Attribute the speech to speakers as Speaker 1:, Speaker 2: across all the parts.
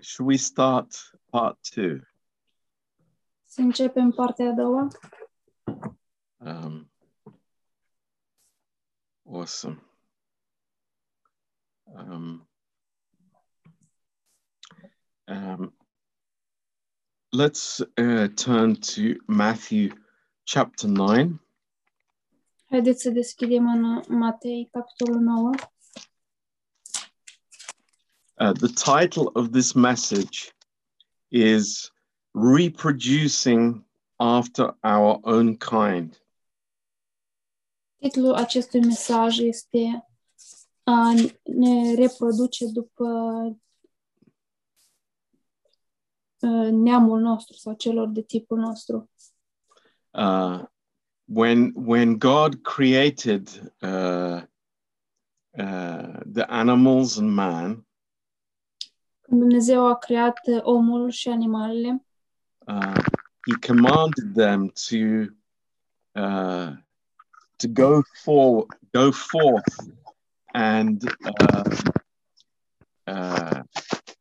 Speaker 1: Should we start part two?
Speaker 2: Să începem partea a doua.
Speaker 1: Um, awesome. Um, um, let's uh, turn to Matthew chapter 9.
Speaker 2: Haideți să deschidem în Matei, capitolul 9.
Speaker 1: Uh, the title of this message is Reproducing After Our Own Kind.
Speaker 2: Titlul acestui mesaj este a ne reproduce după uh, neamul nostru sau celor de tipul nostru.
Speaker 1: Uh, when, when God created uh, uh, the animals and man,
Speaker 2: Când Dumnezeu a creat uh, omul și animalele,
Speaker 1: uh, he commanded them to uh, to go for go forth and uh, uh,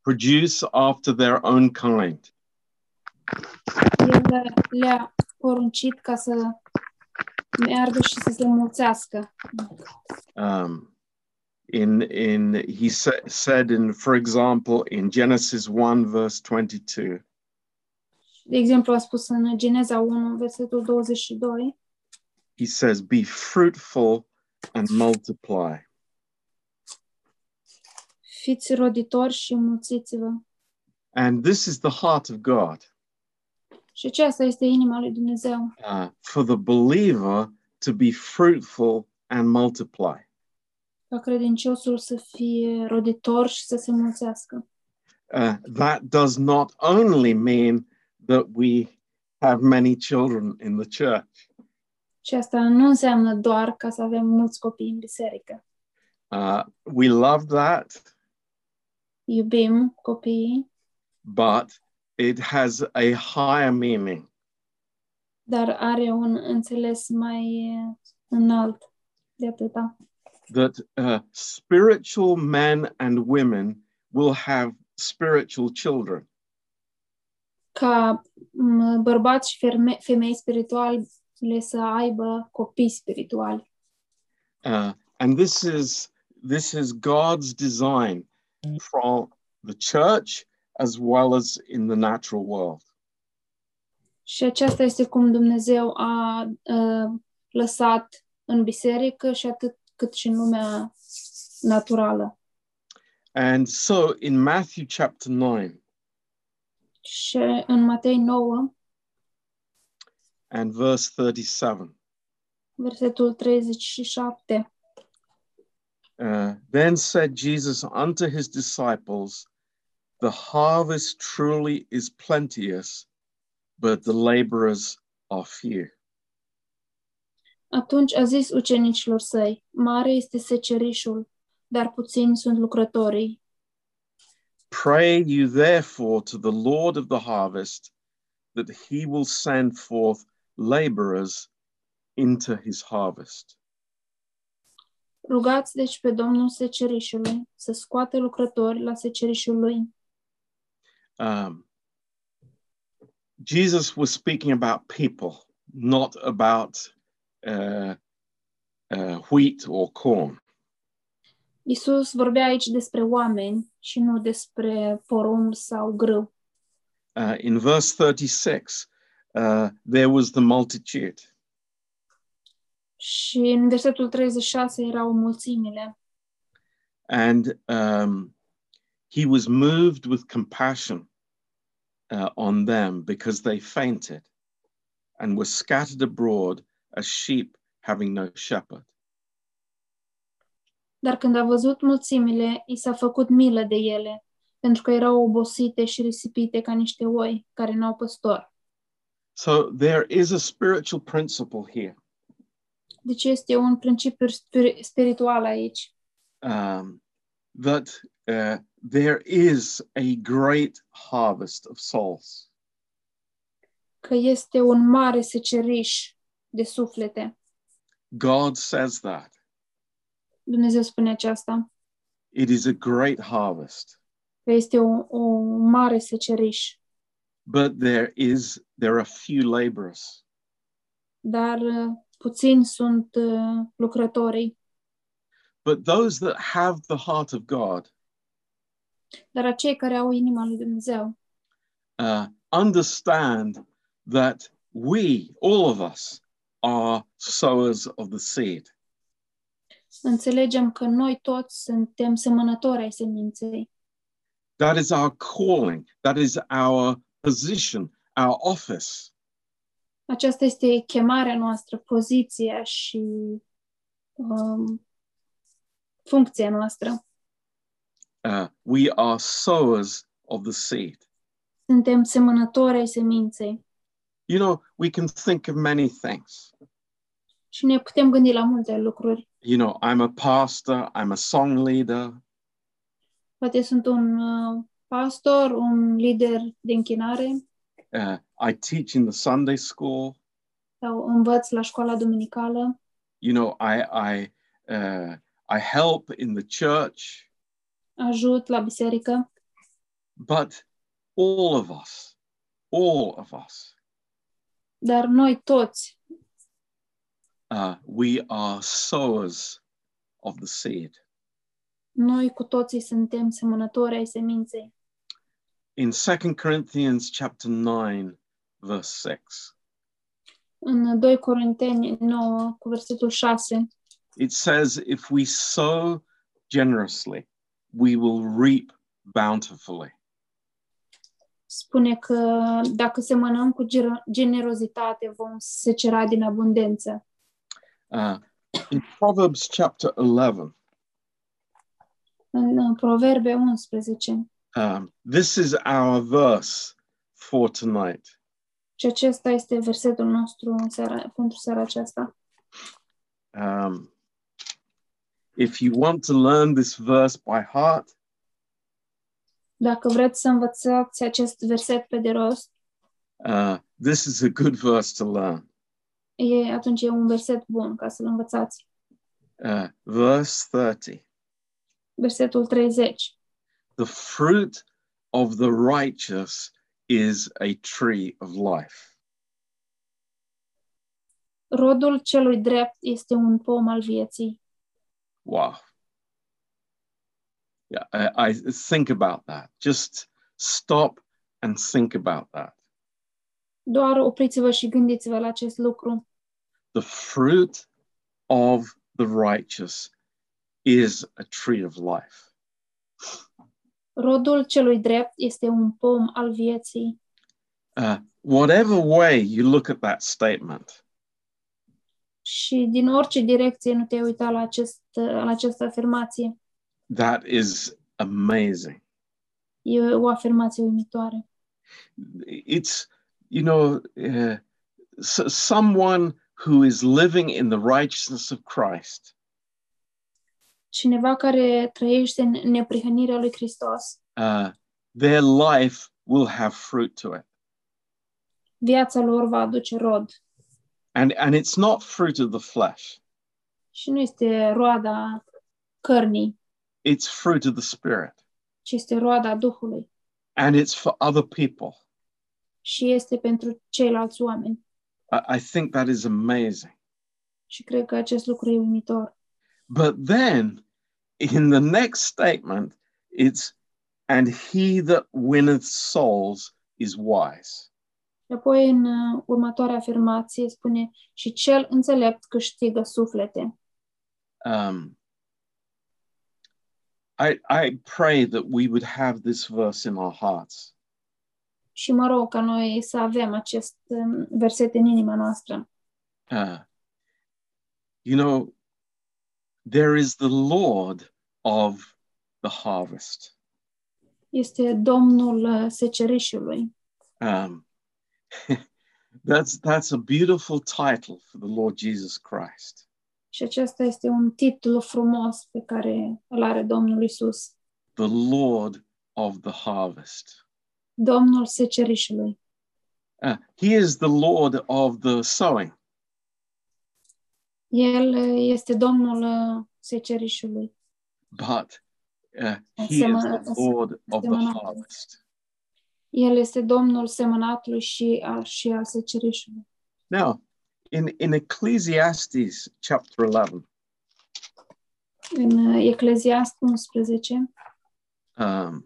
Speaker 1: produce after their own kind.
Speaker 2: El uh, le-a poruncit ca să meargă și să se mulțească.
Speaker 1: Um, in in he sa- said in for example in Genesis one verse twenty two.
Speaker 2: De exemplu, a spus în Geneza 1, versetul 22,
Speaker 1: He says, "Be fruitful and multiply."
Speaker 2: fiți roditori și mulțiți-vă.
Speaker 1: And this is the heart of God.
Speaker 2: Și aceasta este inima lui Dumnezeu.
Speaker 1: uh, for the believer to be fruitful and multiply.
Speaker 2: ca credinciosul să fie roditor și să se mulțească.
Speaker 1: Uh, that does not only mean that we have many children in the church,
Speaker 2: Și asta nu înseamnă doar ca să avem mulți copii în biserică.
Speaker 1: uh, we love that,
Speaker 2: Iubim copiii,
Speaker 1: but it has a higher meaning.
Speaker 2: dar are un înțeles mai eh, înalt de atâta.
Speaker 1: That uh, spiritual men and women will have spiritual children.
Speaker 2: Ca m, bărbați și ferme- femei spirituale să aibă copii spirituali.
Speaker 1: Uh, and this is this is God's design from the church as well as in the natural world.
Speaker 2: Și aceasta este cum Dumnezeu a, a lăsat în biserică și atât cât și în lumea naturală.
Speaker 1: And so in Matthew chapter 9
Speaker 2: Și în Matei 9,
Speaker 1: and verse 37,
Speaker 2: versetul 37.
Speaker 1: uh, then said Jesus unto his disciples, The harvest truly is plenteous, but the laborers are few.
Speaker 2: Atunci a zis ucenicilor săi, mare este secerișul, dar puțini sunt lucrătorii.
Speaker 1: Pray you therefore to the Lord of the harvest that he will send forth laborers into his harvest.
Speaker 2: Rugați deci pe Domnul secerișului să scoate lucrători la secerișul lui.
Speaker 1: Um, Jesus was speaking about people, not about uh, uh, wheat or corn.
Speaker 2: Isus vorbea aici despre oameni și nu despre porumb sau grâu.
Speaker 1: Uh, in verse 36, uh, there was the multitude.
Speaker 2: Și în versetul 36 erau mulțimile
Speaker 1: and um, he was moved with compassion uh, on them because they fainted and were scattered abroad as sheep having no shepherd.
Speaker 2: Dar când a văzut mulțimile, i s-a făcut milă de ele, pentru că erau obosite și risipite ca niște oi care n-au păstor.
Speaker 1: So there is a spiritual principle here.
Speaker 2: Deci este un principiu spir- spiritual aici,
Speaker 1: um, that uh, there is a great harvest of souls.
Speaker 2: că este un mare seceriș de suflete.
Speaker 1: God says that.
Speaker 2: Dumnezeu spune aceasta.
Speaker 1: It is a great harvest.
Speaker 2: este un, un mare seceriș,
Speaker 1: but there is there are few laborers.
Speaker 2: dar uh, puțini sunt uh, lucrătorii.
Speaker 1: But those that have the heart of God
Speaker 2: Dar acei care au inima lui Dumnezeu
Speaker 1: uh, understand that we, all of us, are sowers of the seed.
Speaker 2: Înțelegem că noi toți suntem semănători ai seminței.
Speaker 1: That is our calling. That is our position, our office.
Speaker 2: Aceasta este chemarea noastră, poziția și um, funcția noastră.
Speaker 1: Uh, we are sowers of the seed.
Speaker 2: Suntem semănători ai seminței
Speaker 1: You know, we can think of many things.
Speaker 2: și ne putem gândi la multe lucruri.
Speaker 1: You know, I'm a pastor, I'm a song leader,
Speaker 2: Poate sunt un uh, pastor, un lider de închinare
Speaker 1: uh, I teach in the Sunday school,
Speaker 2: sau învăț la școala dominicală,
Speaker 1: you know, I, I, uh, I help in the church,
Speaker 2: ajut la biserică,
Speaker 1: but all of us, all of us,
Speaker 2: dar noi toți
Speaker 1: uh, we are sowers of the seed.
Speaker 2: noi cu toții suntem semănători ai seminței.
Speaker 1: In 2 Corinthians chapter 9, verse 6,
Speaker 2: În 2 Corinteni 9, cu versetul 6,
Speaker 1: it says, if we sow generously, we will reap bountifully.
Speaker 2: spune că dacă semănăm cu gero- generozitate, vom secera din abundență.
Speaker 1: Uh, in Proverbs chapter 11,
Speaker 2: În Proverbe 11.
Speaker 1: um, this is our verse for tonight.
Speaker 2: Și acesta este versetul nostru în seara, pentru seara aceasta.
Speaker 1: Um, if you want to learn this verse by heart,
Speaker 2: Dacă vreți să învățați acest verset pe de rost,
Speaker 1: uh, this is a good verse to learn.
Speaker 2: e, atunci e un verset bun ca să-l învățați.
Speaker 1: Uh, verse 30
Speaker 2: Versetul 30.
Speaker 1: The fruit of the righteous is a tree of life.
Speaker 2: Rodul celui drept este un pom al vieții.
Speaker 1: Wow. Yeah, I, I think about that. Just stop and think about that.
Speaker 2: Doar opriți-vă și gândiți-vă la acest lucru.
Speaker 1: The fruit of the righteous is a tree of life.
Speaker 2: Rodul celui drept este un pom al vieții.
Speaker 1: Uh, whatever way you look at that statement,
Speaker 2: Și din orice direcție nu te uita la, acest, la această afirmație.
Speaker 1: that is amazing.
Speaker 2: E o afirmație uimitoare.
Speaker 1: It's, you know, uh, so someone who is living in the righteousness of Christ
Speaker 2: Cineva care trăiește în neprihănirea lui Hristos,
Speaker 1: uh, their life will have fruit to it.
Speaker 2: viața lor va aduce rod.
Speaker 1: And, and it's not fruit of the flesh,
Speaker 2: Și nu este roada cărnii,
Speaker 1: it's fruit of the Spirit.
Speaker 2: ci este roada Duhului.
Speaker 1: And it's for other people.
Speaker 2: Și este pentru ceilalți oameni.
Speaker 1: I, I think that is amazing.
Speaker 2: Și cred că acest lucru e uimitor.
Speaker 1: But then in the next statement, it's, and he that winneth souls is wise.
Speaker 2: Și Apoi, în uh, următoarea afirmație, spune și cel înțelept câștigă suflete.
Speaker 1: Um, I, I pray that we would have this verse in our hearts.
Speaker 2: Și mă rog ca noi să avem acest um, verset în inima noastră.
Speaker 1: Uh, you know, there is the Lord of the harvest.
Speaker 2: Este Domnul uh, secerișului.
Speaker 1: Um, that's, that's a beautiful title for the Lord Jesus Christ.
Speaker 2: Și acesta este un titlu frumos pe care îl are Domnul Isus.
Speaker 1: the Lord of the harvest.
Speaker 2: Domnul secerișului.
Speaker 1: Uh, he is the Lord of the sowing,
Speaker 2: El uh, este Domnul uh, secerișului.
Speaker 1: but Uh, he is the Lord of the harvest.
Speaker 2: El este Domnul semănatului și al, și al secerișului.
Speaker 1: Now, in, in Ecclesiastes chapter 11,
Speaker 2: În uh, Ecleziast 11,
Speaker 1: um,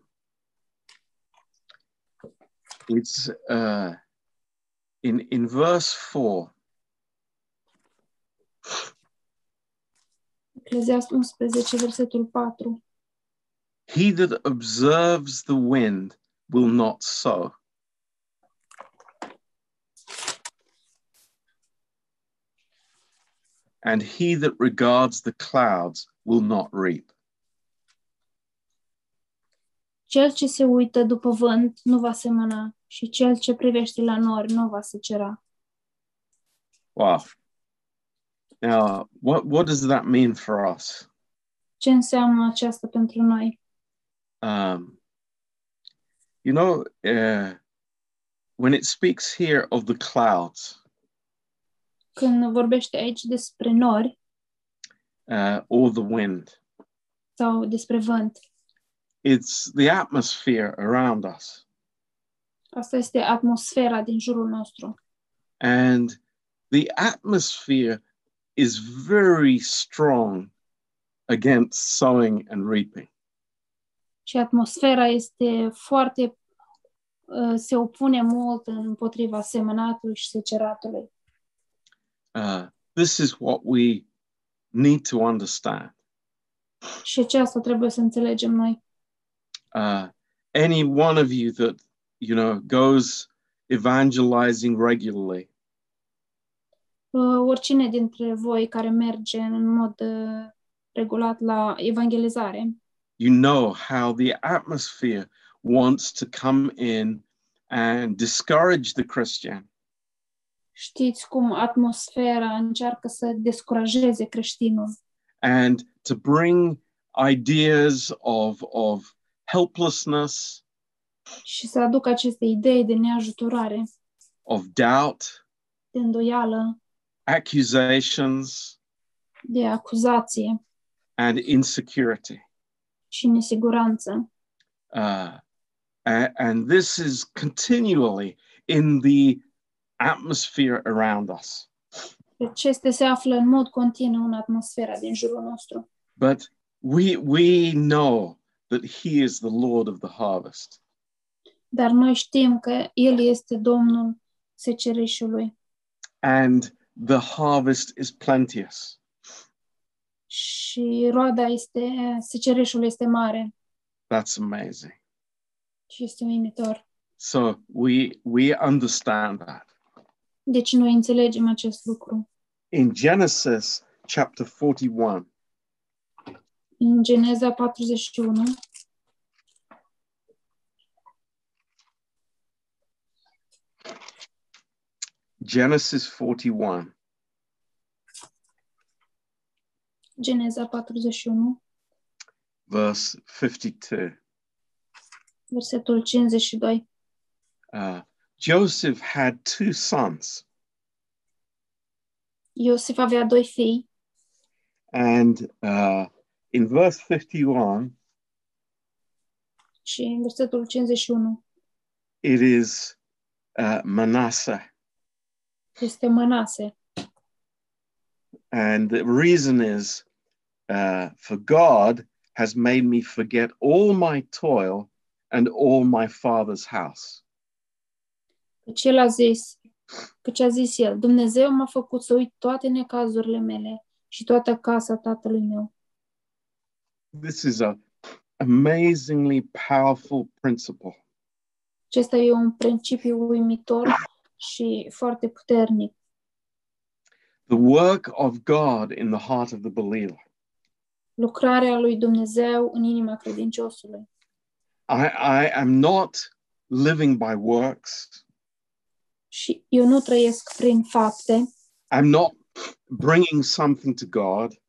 Speaker 1: it's uh, in in verse four.
Speaker 2: Ecleziast 11, versetul 4.
Speaker 1: He that observes the wind will not sow. And he that regards the clouds will not reap.
Speaker 2: Cel ce se uită după vânt nu va semăna și cel ce privește la nori nu va secera.
Speaker 1: Wow. Now, what, what does that mean for us?
Speaker 2: Ce înseamnă aceasta pentru noi?
Speaker 1: Um, you know, uh, when it speaks here of the clouds
Speaker 2: Când vorbește aici despre nori
Speaker 1: uh, or the wind,
Speaker 2: sau despre vânt,
Speaker 1: it's the atmosphere around us.
Speaker 2: asta este atmosfera din jurul nostru.
Speaker 1: And the atmosphere is very strong against sowing and reaping.
Speaker 2: Și atmosfera este foarte uh, se opune mult împotriva semănatului și seceratului.
Speaker 1: Uh, this is what we need to understand.
Speaker 2: Și aceasta trebuie să înțelegem noi.
Speaker 1: Uh, any one of you that, you know, goes evangelizing regularly
Speaker 2: Uh, Oricine dintre voi care merge în mod uh, regulat la evangelizare,
Speaker 1: you know how the atmosphere wants to come in and discourage the Christian.
Speaker 2: știți cum atmosfera încearcă să descurajeze creștinul
Speaker 1: and to bring ideas of, of helplessness,
Speaker 2: și să aducă aceste idei de neajutorare,
Speaker 1: of doubt,
Speaker 2: de îndoială,
Speaker 1: accusations,
Speaker 2: de acuzație
Speaker 1: and insecurity.
Speaker 2: și nesiguranță.
Speaker 1: Uh, a- and this is continually in the atmosphere around us.
Speaker 2: Acestea Deci se află în mod continuu în atmosfera din jurul nostru.
Speaker 1: But we, we know that He is the Lord of the harvest.
Speaker 2: Dar noi știm că El este Domnul secerișului
Speaker 1: and the harvest is plenteous.
Speaker 2: și roada este, secerișul este mare
Speaker 1: That's amazing.
Speaker 2: și este uimitor.
Speaker 1: So we we understand that.
Speaker 2: Deci noi înțelegem acest lucru.
Speaker 1: In Genesis chapter 41,
Speaker 2: În Geneza 41,
Speaker 1: Genesis 41,
Speaker 2: Geneza 41,
Speaker 1: verse 52,
Speaker 2: versetul 52.
Speaker 1: uh, Joseph had two sons,
Speaker 2: Iosif avea doi fii
Speaker 1: and uh, in verse 51,
Speaker 2: și în versetul 51
Speaker 1: it is uh, Manasseh,
Speaker 2: este Mănase.
Speaker 1: and the reason is uh, for God has made me forget all my toil and all my father's house.
Speaker 2: Căci el a zis, căci a zis el, Dumnezeu m-a făcut să uit toate necazurile mele și toată casa tatălui meu.
Speaker 1: this is a amazingly powerful principle
Speaker 2: Acesta e un principiu uimitor și foarte puternic.
Speaker 1: the work of god in the heart of the believer
Speaker 2: Lucrarea lui Dumnezeu în inima credinciosului.
Speaker 1: i, I am not living by works
Speaker 2: Și eu nu trăiesc prin fapte
Speaker 1: i'm not bringing something to god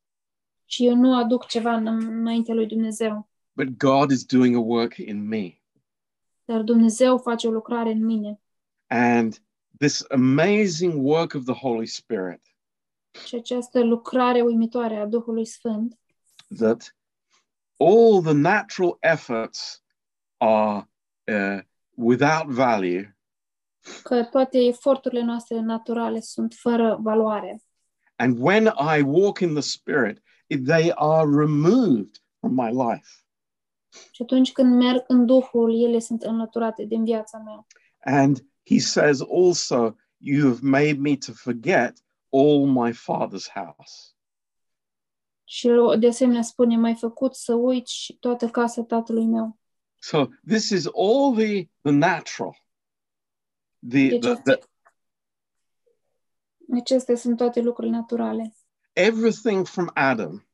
Speaker 2: și eu nu aduc ceva în- înaintea lui Dumnezeu,
Speaker 1: but god is doing a work in me
Speaker 2: dar Dumnezeu face o lucrare în mine.
Speaker 1: and this amazing work of the holy spirit
Speaker 2: Și această lucrare uimitoare a Duhului Sfânt
Speaker 1: that all the natural efforts are uh, without value
Speaker 2: că toate eforturile noastre naturale sunt fără valoare.
Speaker 1: and when i walk in the spirit it- they are removed from my life
Speaker 2: Și atunci când merg în Duhul, ele sunt înlăturate din viața mea.
Speaker 1: and he says also you have made me to forget all my father's house
Speaker 2: Și de asemenea spune, mai făcut să uiți toată casa tatălui meu.
Speaker 1: so this is all the the natural the, the,
Speaker 2: Deci
Speaker 1: the
Speaker 2: astea, acestea sunt toate lucrurile naturale.
Speaker 1: everything from adam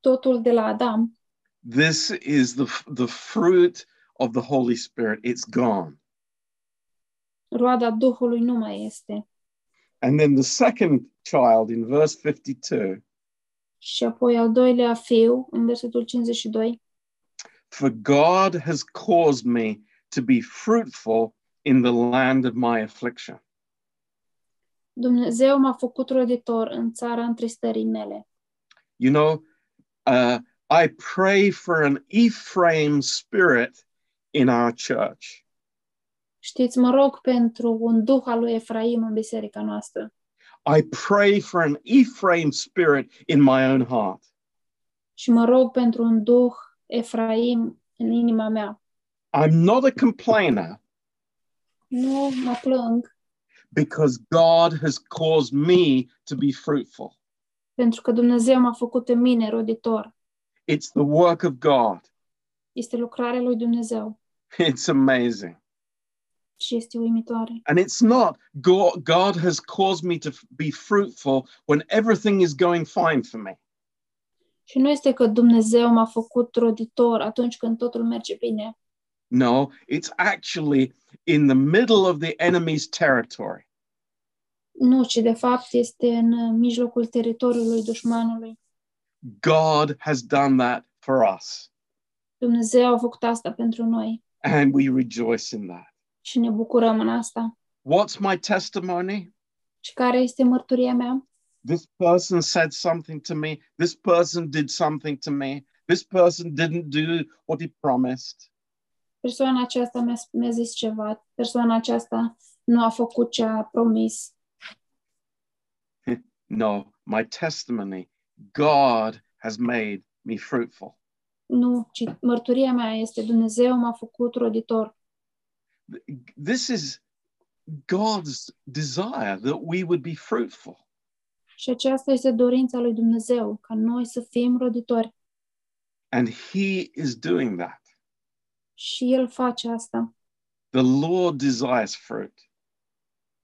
Speaker 2: Totul de la Adam,
Speaker 1: this is the f- the fruit of the holy spirit it's gone
Speaker 2: roada Duhului nu mai este.
Speaker 1: and then the second child in verse 52
Speaker 2: Și apoi al doilea fiu, în versetul 52,
Speaker 1: for god has caused me to be fruitful in the land of my affliction
Speaker 2: Dumnezeu m-a făcut roditor în țara întristării mele.
Speaker 1: you know uh, i pray for an ephraim spirit in our church
Speaker 2: Știți, mă rog pentru un duh al lui Efraim în biserica noastră
Speaker 1: i pray for an ephraim spirit in my own heart
Speaker 2: și mă rog pentru un duh Efraim în inima mea.
Speaker 1: i'm not a complainer
Speaker 2: Nu mă plâng
Speaker 1: because god has caused me to be fruitful
Speaker 2: pentru că Dumnezeu m-a făcut pe mine roditor.
Speaker 1: It's the work of God.
Speaker 2: Este lucrarea lui Dumnezeu
Speaker 1: It's amazing.
Speaker 2: și este uimitoare.
Speaker 1: And it's not Go- God has caused me to f- be fruitful when everything is going fine for me.
Speaker 2: Și nu este că Dumnezeu m-a făcut roditor atunci când totul merge bine,
Speaker 1: No, it's actually in the middle of the enemy's territory.
Speaker 2: Nu, ci de fapt este în mijlocul teritoriului dușmanului.
Speaker 1: God has done that for us.
Speaker 2: Dumnezeu a făcut asta pentru noi
Speaker 1: And we rejoice in that.
Speaker 2: și ne bucurăm în asta.
Speaker 1: What's my testimony?
Speaker 2: Și care este mărturia mea?
Speaker 1: This person said something to me. This person did something to me. This person didn't do what he promised.
Speaker 2: Persoana aceasta mi-a, sp- mi-a zis ceva, persoana aceasta nu a făcut ce a promis.
Speaker 1: No, my testimony, God has made me fruitful.
Speaker 2: Nu, ci mărturia mea este Dumnezeu m-a făcut roditor.
Speaker 1: This is God's desire that we would be fruitful.
Speaker 2: Și aceasta este dorința lui Dumnezeu, ca noi să fim roditori.
Speaker 1: And He is doing that.
Speaker 2: Și El face asta.
Speaker 1: The Lord desires fruit.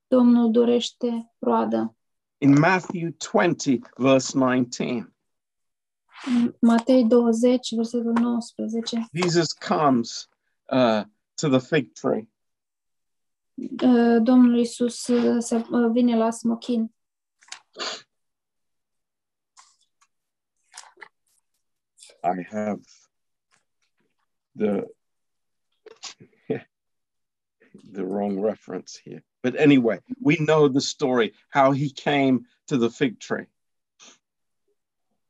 Speaker 2: Domnul dorește roadă.
Speaker 1: In Matthew 20, verse 19,
Speaker 2: În Matei 20, versetul 19.
Speaker 1: Jesus comes uh, to the fig tree
Speaker 2: Uh, Domnul Iisus uh, se, uh, vine la smochin
Speaker 1: I have the the wrong reference here. But anyway, we know the story how he came to the fig tree.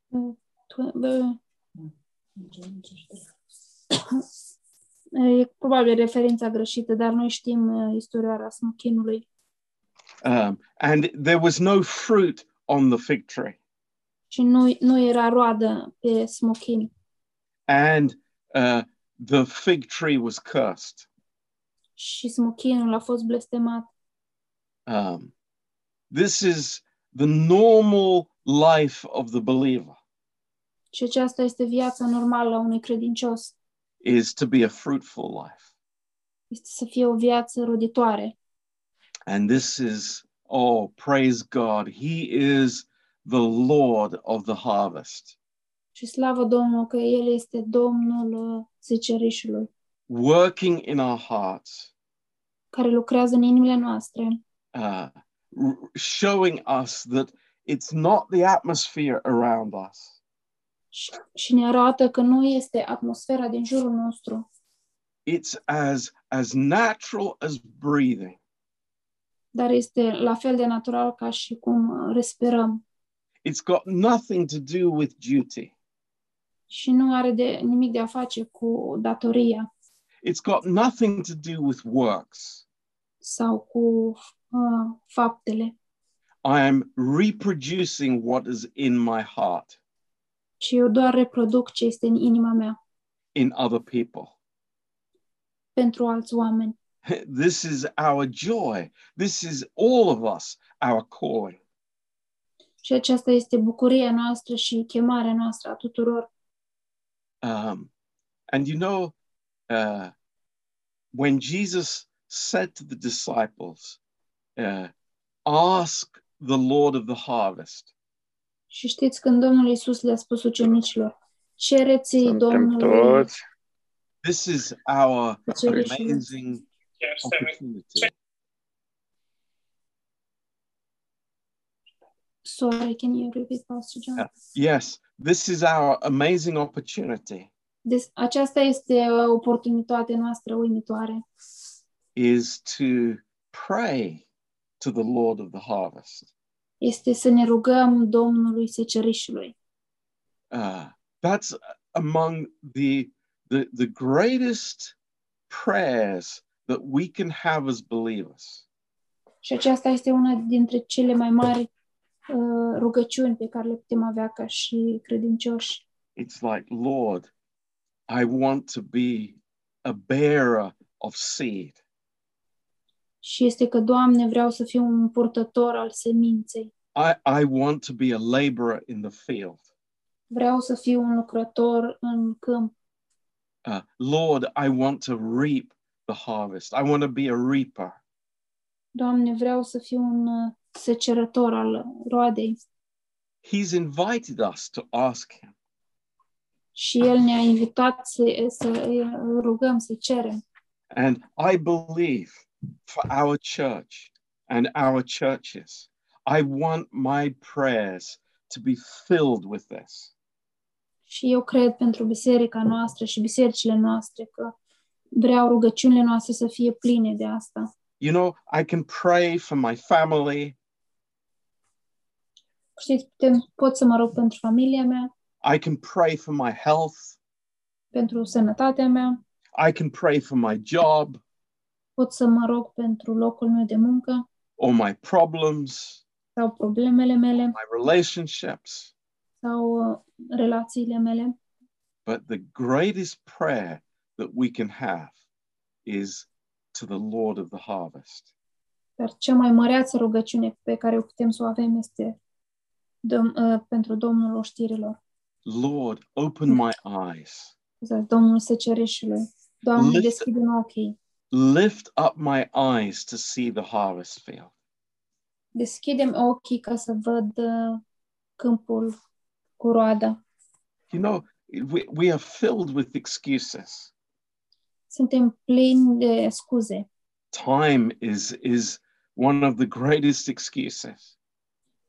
Speaker 2: Tu- uh, E probabil referința greșită, dar noi știm uh, istoria smochinului
Speaker 1: Um, and there was no fruit on the fig tree.
Speaker 2: și nu, nu era roadă pe smochin
Speaker 1: And uh, the fig tree was cursed.
Speaker 2: și smochinul a fost blestemat.
Speaker 1: Um, this is the normal life of the believer
Speaker 2: Și aceasta este viața normală a unui credincios,
Speaker 1: is to be a fruitful life.
Speaker 2: este să fie o viață roditoare.
Speaker 1: And this is, oh, praise God. He is the Lord of the harvest.
Speaker 2: Și slavă Domnul că El este Domnul uh, zecerișului,
Speaker 1: Working in our hearts,
Speaker 2: care lucrează în inimile noastre.
Speaker 1: uh, r- showing us that it's not the atmosphere around us,
Speaker 2: și, și ne arată că nu este atmosfera din jurul nostru.
Speaker 1: it's as, as natural as breathing.
Speaker 2: Dar este la fel de natural ca și cum uh, respirăm.
Speaker 1: It's got nothing to do with duty.
Speaker 2: și nu are de, nimic de a face cu datoria
Speaker 1: It's got nothing to do with works.
Speaker 2: sau cu uh, faptele,
Speaker 1: I am reproducing what is in my heart
Speaker 2: ci eu doar reproduc ce este în inima mea
Speaker 1: in other people.
Speaker 2: pentru alți oameni.
Speaker 1: This is our joy. This is all of us, our calling.
Speaker 2: Și aceasta este bucuria noastră și chemarea noastră a tuturor.
Speaker 1: Um, and you know, uh, when Jesus said to the disciples, uh, ask the Lord of the harvest,
Speaker 2: Și știți când Domnul Iisus le-a spus ucenicilor, cereți
Speaker 3: Suntem
Speaker 2: Domnului
Speaker 3: toți.
Speaker 1: this is our
Speaker 2: cereți
Speaker 1: amazing opportunity.
Speaker 2: Sorry, can you repeat, Pastor John?
Speaker 1: Yeah. Yes, this is our amazing opportunity
Speaker 2: Deci, aceasta este uh, oportunitatea noastră uimitoare,
Speaker 1: is to pray to the Lord of the harvest.
Speaker 2: este să ne rugăm Domnului Secerișului.
Speaker 1: Uh, that's among the, the the greatest prayers that we can have as believers.
Speaker 2: Și aceasta este una dintre cele mai mari uh, rugăciuni pe care le putem avea ca și credincioși.
Speaker 1: It's like, Lord, I want to be a bearer of seed.
Speaker 2: Și este că, Doamne, vreau să fiu un purtător al seminței,
Speaker 1: I, I want to be a laborer in the field.
Speaker 2: vreau să fiu un lucrător în câmp.
Speaker 1: Uh, Lord, I want to reap the harvest. I want to be a reaper.
Speaker 2: Doamne, vreau să fiu un uh, secerător al roadei.
Speaker 1: He's invited us to ask him.
Speaker 2: Și El ne-a invitat să, să îl rugăm, să cerem.
Speaker 1: And I believe for our church and our churches, I want my prayers to be filled with this.
Speaker 2: Și eu cred pentru biserica noastră și bisericile noastre că vreau rugăciunile noastre să fie pline de asta.
Speaker 1: You know, I can pray for my family,
Speaker 2: Știți, putem, pot să mă rog pentru familia mea,
Speaker 1: I can pray for my health,
Speaker 2: pentru sănătatea mea,
Speaker 1: I can pray for my job
Speaker 2: pot să mă rog pentru locul meu de muncă
Speaker 1: or my problems,
Speaker 2: sau problemele mele
Speaker 1: my relationships.
Speaker 2: sau uh, relațiile mele,
Speaker 1: But the greatest prayer that we can have is to the Lord of the harvest.
Speaker 2: dar cea mai măreață rugăciune pe care o putem să o avem este dom- uh, pentru Domnul oștirilor,
Speaker 1: Lord, open my eyes.
Speaker 2: sau Domnul secerișului. Doamne,
Speaker 1: Lăsă-
Speaker 2: deschide ochii,
Speaker 1: lift up my eyes to see the harvest field.
Speaker 2: deschidem ochii ca să văd uh, câmpul cu roada.
Speaker 1: You know, we, we are filled with excuses.
Speaker 2: suntem plini de scuze
Speaker 1: Time is, is one of the greatest excuses.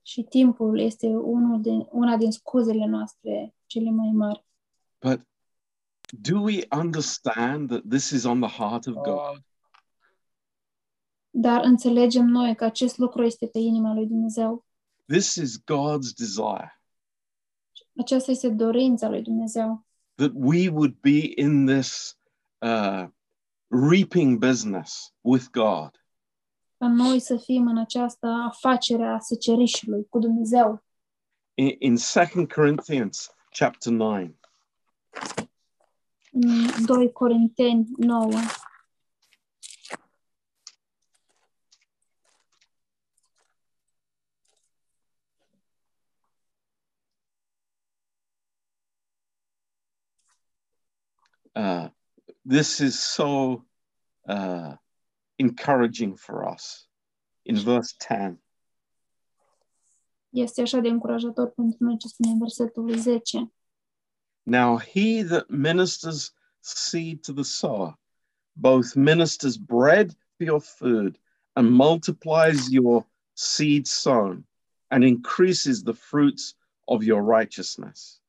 Speaker 2: și timpul este unul din, una din scuzele noastre cele mai mari.
Speaker 1: But do we understand that this is on the heart of God?
Speaker 2: Dar înțelegem noi că acest lucru este pe inima lui Dumnezeu.
Speaker 1: This is God's desire
Speaker 2: Aceasta este dorința lui Dumnezeu,
Speaker 1: that we would be in this uh, reaping business with God.
Speaker 2: ca noi să fim în această afacere a secerișului cu Dumnezeu.
Speaker 1: In, in 2 Corinthians chapter 9,
Speaker 2: În 2 Corinteni 9,
Speaker 1: uh, this is so uh, encouraging for us. In verse 10,
Speaker 2: este așa de încurajator pentru noi ce spune în versetul 10.
Speaker 1: now he that ministers seed to the sower, both ministers bread for your food and multiplies your seed sown and increases the fruits of your righteousness.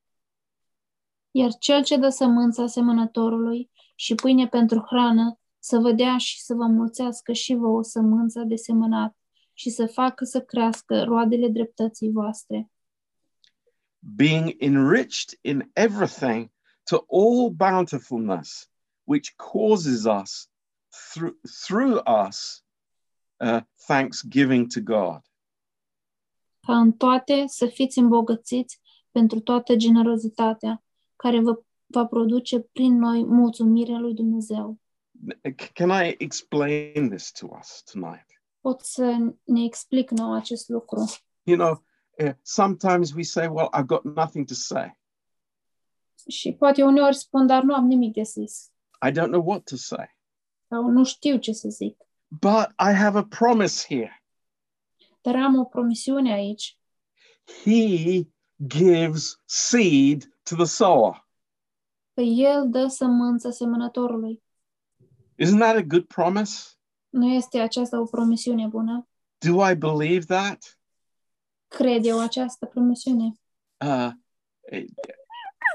Speaker 2: Iar cel ce dă sămânța semănătorului și pâine pentru hrană, să vă dea și să vă mulțească și vouă sămânța de semănat și să facă să crească roadele dreptății voastre.
Speaker 1: being enriched in everything to all bountifulness, which causes us through, through us uh, thanksgiving to God.
Speaker 2: ca în toate să fiți îmbogățiți pentru toată generozitatea care vă va produce prin noi mulțumirea lui Dumnezeu.
Speaker 1: C- Can I explain this to us tonight?
Speaker 2: Pot să ne explic nou acest lucru.
Speaker 1: You know, uh, sometimes we say, Well, I've got nothing to say.
Speaker 2: Și poate uneori spun, dar nu am nimic de zis.
Speaker 1: I don't know what to say.
Speaker 2: Sau nu știu ce să zic.
Speaker 1: But I have a promise here.
Speaker 2: Dar am o promisiune aici.
Speaker 1: He gives seed to the sower.
Speaker 2: Că Păi El dă sămânța semănătorului.
Speaker 1: Isn't that a good promise?
Speaker 2: Nu este aceasta o promisiune bună?
Speaker 1: Do I believe that?
Speaker 2: Cred eu această promisiune.
Speaker 1: Uh,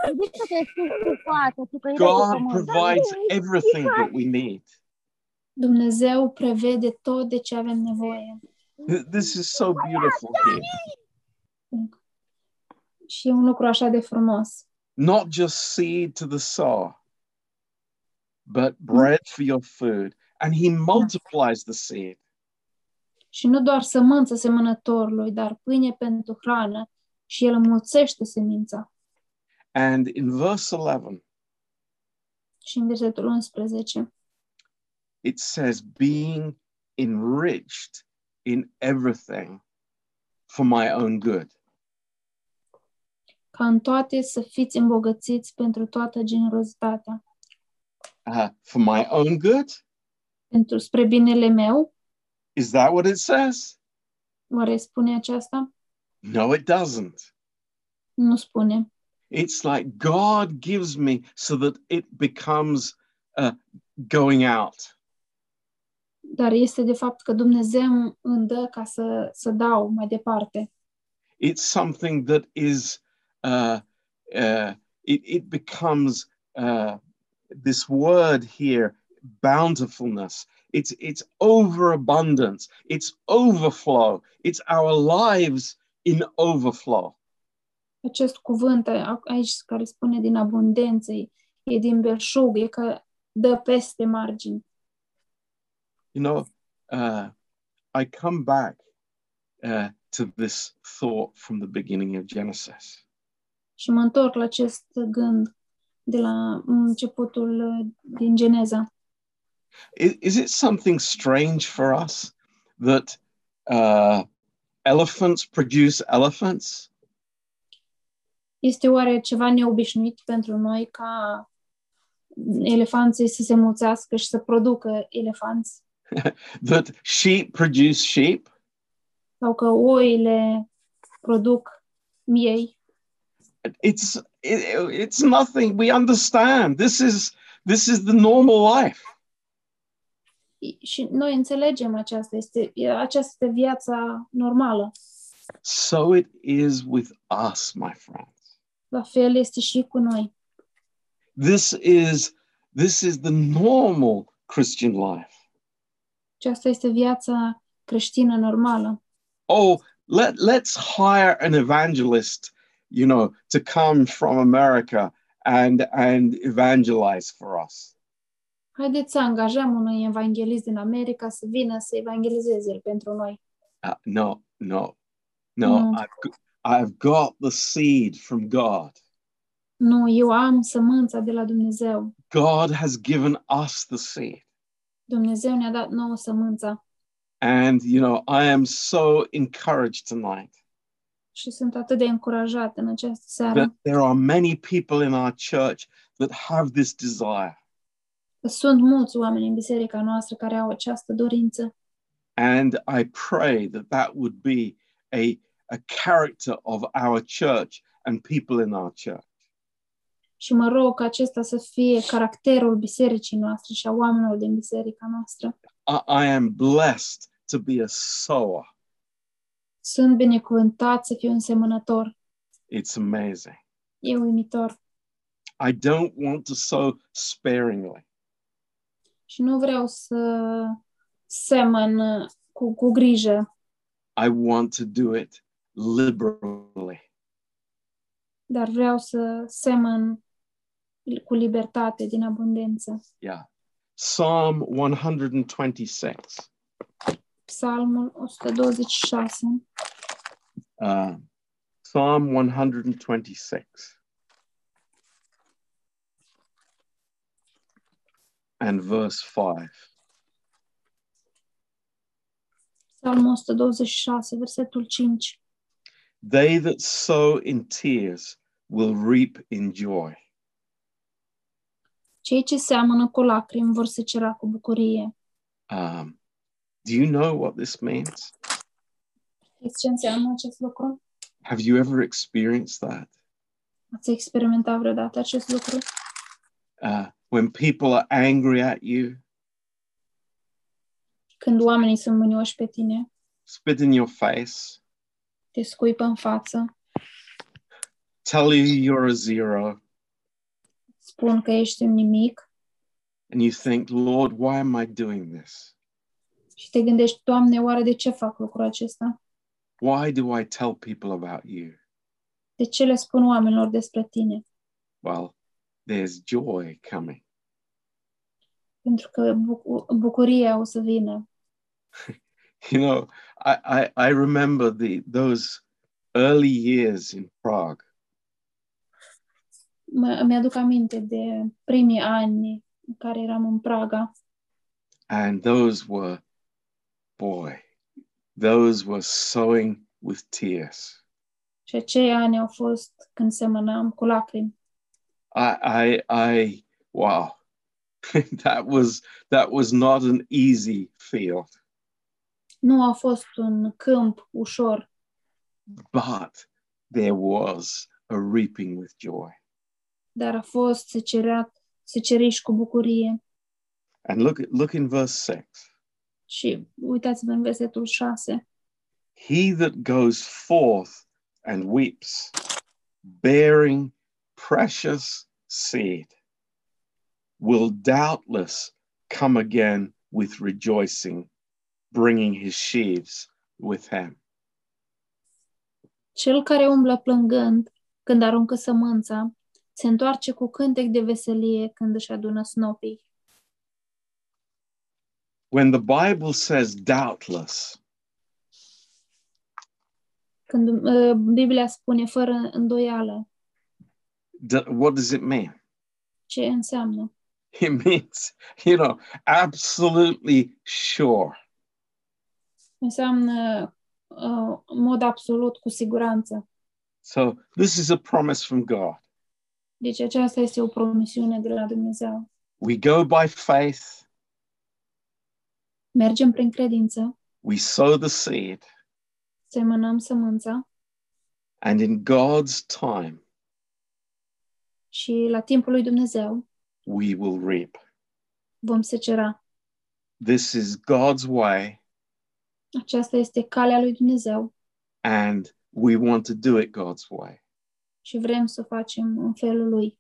Speaker 3: Gândiți-te sus cu față, tu că erai pe
Speaker 1: God
Speaker 3: pământ.
Speaker 1: provides everything that we need.
Speaker 2: Dumnezeu prevede tot de ce avem nevoie.
Speaker 1: Th- This is so beautiful here.
Speaker 2: Și e un lucru așa de frumos.
Speaker 1: Not just seed to the sower, but bread for your food. And He multiplies the seed.
Speaker 2: Și nu doar sămânța semănătorului, dar pâine pentru hrană și el înmulțește semința.
Speaker 1: And in verse 11,
Speaker 2: Și în versetul 11
Speaker 1: it says, being enriched in everything for my own good.
Speaker 2: ca în toate să fiți îmbogățiți pentru toată generozitatea.
Speaker 1: Uh, for my own good?
Speaker 2: Pentru spre binele meu,
Speaker 1: Is that what it says?
Speaker 2: oare spune aceasta?
Speaker 1: No, it doesn't.
Speaker 2: Nu spune.
Speaker 1: It's like God gives me so that it becomes uh, going out.
Speaker 2: Dar este de fapt că Dumnezeu îmi dă ca să, să dau mai departe.
Speaker 1: It's something that is, uh, uh, it, it becomes uh, this word here, bountifulness. It's, it's overabundance, it's overflow, it's our lives in overflow.
Speaker 2: Acest cuvânt a- aici care spune din abundență, e din belșug, e că dă peste margini.
Speaker 1: You know, uh, I come back uh, to this thought from the beginning of Genesis.
Speaker 2: Și mă întorc la acest gând de la începutul uh, din Geneza.
Speaker 1: is, is it something strange for us that uh, elephants produce elephants?
Speaker 2: Este oare ceva neobișnuit pentru noi ca elefanții să se mulțească și să producă elefanți?
Speaker 1: That sheep produce sheep?
Speaker 2: Sau că oile produc miei?
Speaker 1: It's it, it's nothing. We understand. This is this is the normal life.
Speaker 2: Și noi înțelegem aceasta, este, aceasta este viața normală.
Speaker 1: So it is with us, my friends.
Speaker 2: La fel este și cu noi.
Speaker 1: This is this is the normal Christian life.
Speaker 2: Aceasta este viața creștină normală.
Speaker 1: oh let let's hire an evangelist you know to come from america and and evangelize for us
Speaker 2: Haideți să angajăm un evanghelist din America să vină să evangelizeze el pentru noi.
Speaker 1: Uh, no no no
Speaker 2: Mm.
Speaker 1: I've, g- I've got the seed from god
Speaker 2: Nu, eu am sămânța de la Dumnezeu.
Speaker 1: god has given us the seed
Speaker 2: Dumnezeu ne-a dat nouă sămânța
Speaker 1: and you know i am so encouraged tonight
Speaker 2: și sunt atât de încurajată în această
Speaker 1: that
Speaker 2: seară.
Speaker 1: there are many people in our church that have this desire
Speaker 2: Că sunt mulți oameni în biserica noastră care au această dorință
Speaker 1: And I pray that that would be a, a character of our church and people in our church.
Speaker 2: și mă rog ca acesta să fie caracterul bisericii noastre și a oamenilor din biserica noastră.
Speaker 1: I, I am blessed to be a sower.
Speaker 2: Sunt binecuvântat să fiu un semănător.
Speaker 1: It's amazing.
Speaker 2: E uimitor.
Speaker 1: I don't want to sow sparingly.
Speaker 2: Și nu vreau să semăn uh, cu, cu grijă.
Speaker 1: I want to do it liberally.
Speaker 2: dar vreau să semăn cu libertate din abundență.
Speaker 1: Yeah. Psalm 126.
Speaker 2: Psalmul 126.
Speaker 1: Uh, Psalm 126 and verse 5.
Speaker 2: Psalmul 126, versetul 5.
Speaker 1: They that sow in tears will reap in joy.
Speaker 2: Cei ce seamănă cu lacrimi vor secera cu bucurie.
Speaker 1: Um, do you know what this means?
Speaker 2: Știți ce înseamnă acest lucru?
Speaker 1: Have you ever experienced that?
Speaker 2: Ați experimentat vreodată acest lucru?
Speaker 1: Uh, when people are angry at you,
Speaker 2: Când oamenii sunt mânioși pe tine,
Speaker 1: spit in your face,
Speaker 2: te scuipă în față,
Speaker 1: tell you you're a zero,
Speaker 2: spun că ești un nimic
Speaker 1: and you think, Lord, why am I doing this?
Speaker 2: și te gândești, Doamne, oare de ce fac lucrul acesta?
Speaker 1: Why do I tell people about you?
Speaker 2: De ce le spun oamenilor despre tine?
Speaker 1: Well, there's joy coming.
Speaker 2: Pentru că bucu- bucuria o să vină.
Speaker 1: You know, I, I, I remember the those early years in Prague.
Speaker 2: Mă, mi-aduc aminte de primii ani în care eram în Praga.
Speaker 1: And those were, boy, those were sowing with tears.
Speaker 2: Și acei ani au fost când semănam cu lacrimi.
Speaker 1: I, I, I, wow, that was that was not an easy field,
Speaker 2: Nu a fost un câmp ușor,
Speaker 1: but there was a reaping with joy.
Speaker 2: dar a fost secerat, seceriș cu bucurie.
Speaker 1: And look, at look in verse six.
Speaker 2: Și uitați-vă în versetul 6.
Speaker 1: He that goes forth and weeps, bearing precious seed, will doubtless come again with rejoicing, bringing his sheaves with him.
Speaker 2: Cel care umblă plângând când aruncă sămânța, se întoarce cu cântec de veselie când își adună snopii.
Speaker 1: When the Bible says doubtless,
Speaker 2: Când uh, Biblia spune fără îndoială
Speaker 1: d- what does it mean?
Speaker 2: ce înseamnă,
Speaker 1: It means, you know, absolutely sure.
Speaker 2: înseamnă uh, în mod absolut cu siguranță.
Speaker 1: So this is a promise from God.
Speaker 2: Deci aceasta este o promisiune de la Dumnezeu.
Speaker 1: We go by faith,
Speaker 2: Mergem prin credință,
Speaker 1: we sow the seed,
Speaker 2: semănăm sămânța
Speaker 1: and in God's time,
Speaker 2: și la timpul lui Dumnezeu
Speaker 1: we will reap.
Speaker 2: vom secera.
Speaker 1: This is God's way,
Speaker 2: Aceasta este calea lui Dumnezeu
Speaker 1: and we want to do it God's way.
Speaker 2: și vrem să o facem în felul lui.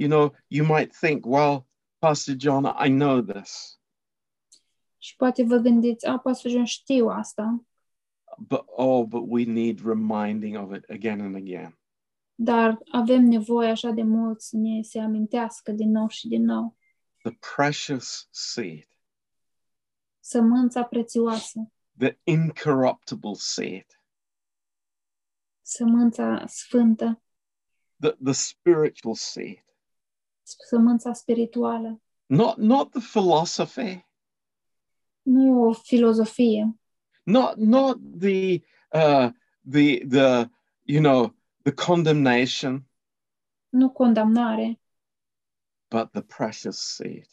Speaker 1: You know, you might think, well, Pastor John, I know this,
Speaker 2: Și poate vă gândiți, a, Pastor John, știu asta,
Speaker 1: but oh, but we need reminding of it again and again.
Speaker 2: dar avem nevoie așa de mult să ne se amintească din nou și din nou.
Speaker 1: The precious seed,
Speaker 2: Sămânța prețioasă,
Speaker 1: the incorruptible seed,
Speaker 2: sămânța sfântă,
Speaker 1: the, the spiritual seed,
Speaker 2: sămânța spirituală,
Speaker 1: not, not the philosophy,
Speaker 2: nu o filozofie,
Speaker 1: not not the uh, the the you know the condemnation,
Speaker 2: nu condamnare,
Speaker 1: but the precious seed,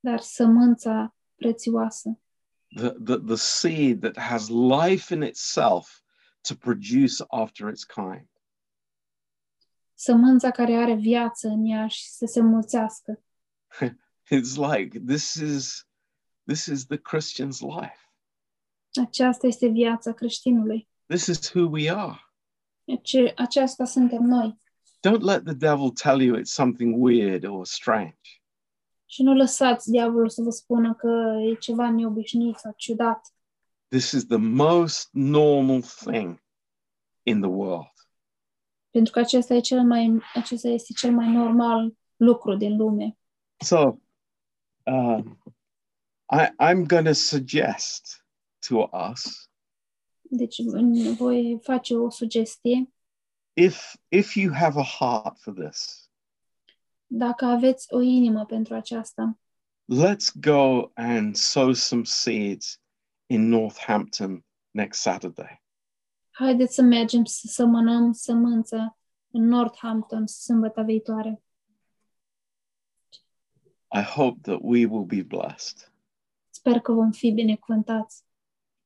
Speaker 2: dar sămânța prețioasă,
Speaker 1: the the, the seed that has life in itself to produce after its kind.
Speaker 2: sămânța care are viață în ea și să se mulțească.
Speaker 1: It's like this is this is the Christian's life.
Speaker 2: Aceasta este viața creștinului.
Speaker 1: This is who we are.
Speaker 2: Ace- Aceasta suntem noi.
Speaker 1: Don't let the devil tell you it's something weird or strange.
Speaker 2: Și nu lăsați diavolul să vă spună că e ceva neobișnuit sau ciudat.
Speaker 1: This is the most normal thing in the world.
Speaker 2: pentru că acesta, e cel mai, acesta este cel mai normal lucru din lume.
Speaker 1: So, um, I, I'm going to suggest to us
Speaker 2: Deci în- voi face o sugestie.
Speaker 1: if if you have a heart for this,
Speaker 2: Dacă aveți o inimă pentru aceasta,
Speaker 1: let's go and sow some seeds in Northampton next Saturday.
Speaker 2: haideți să mergem să sămănăm sămânță în Northampton sâmbătă viitoare.
Speaker 1: I hope that we will be blessed.
Speaker 2: Sper că vom fi binecuvântați.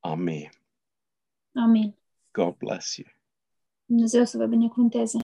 Speaker 1: Amen.
Speaker 2: Amin.
Speaker 1: God bless you.
Speaker 2: Dumnezeu să vă binecuvânteze.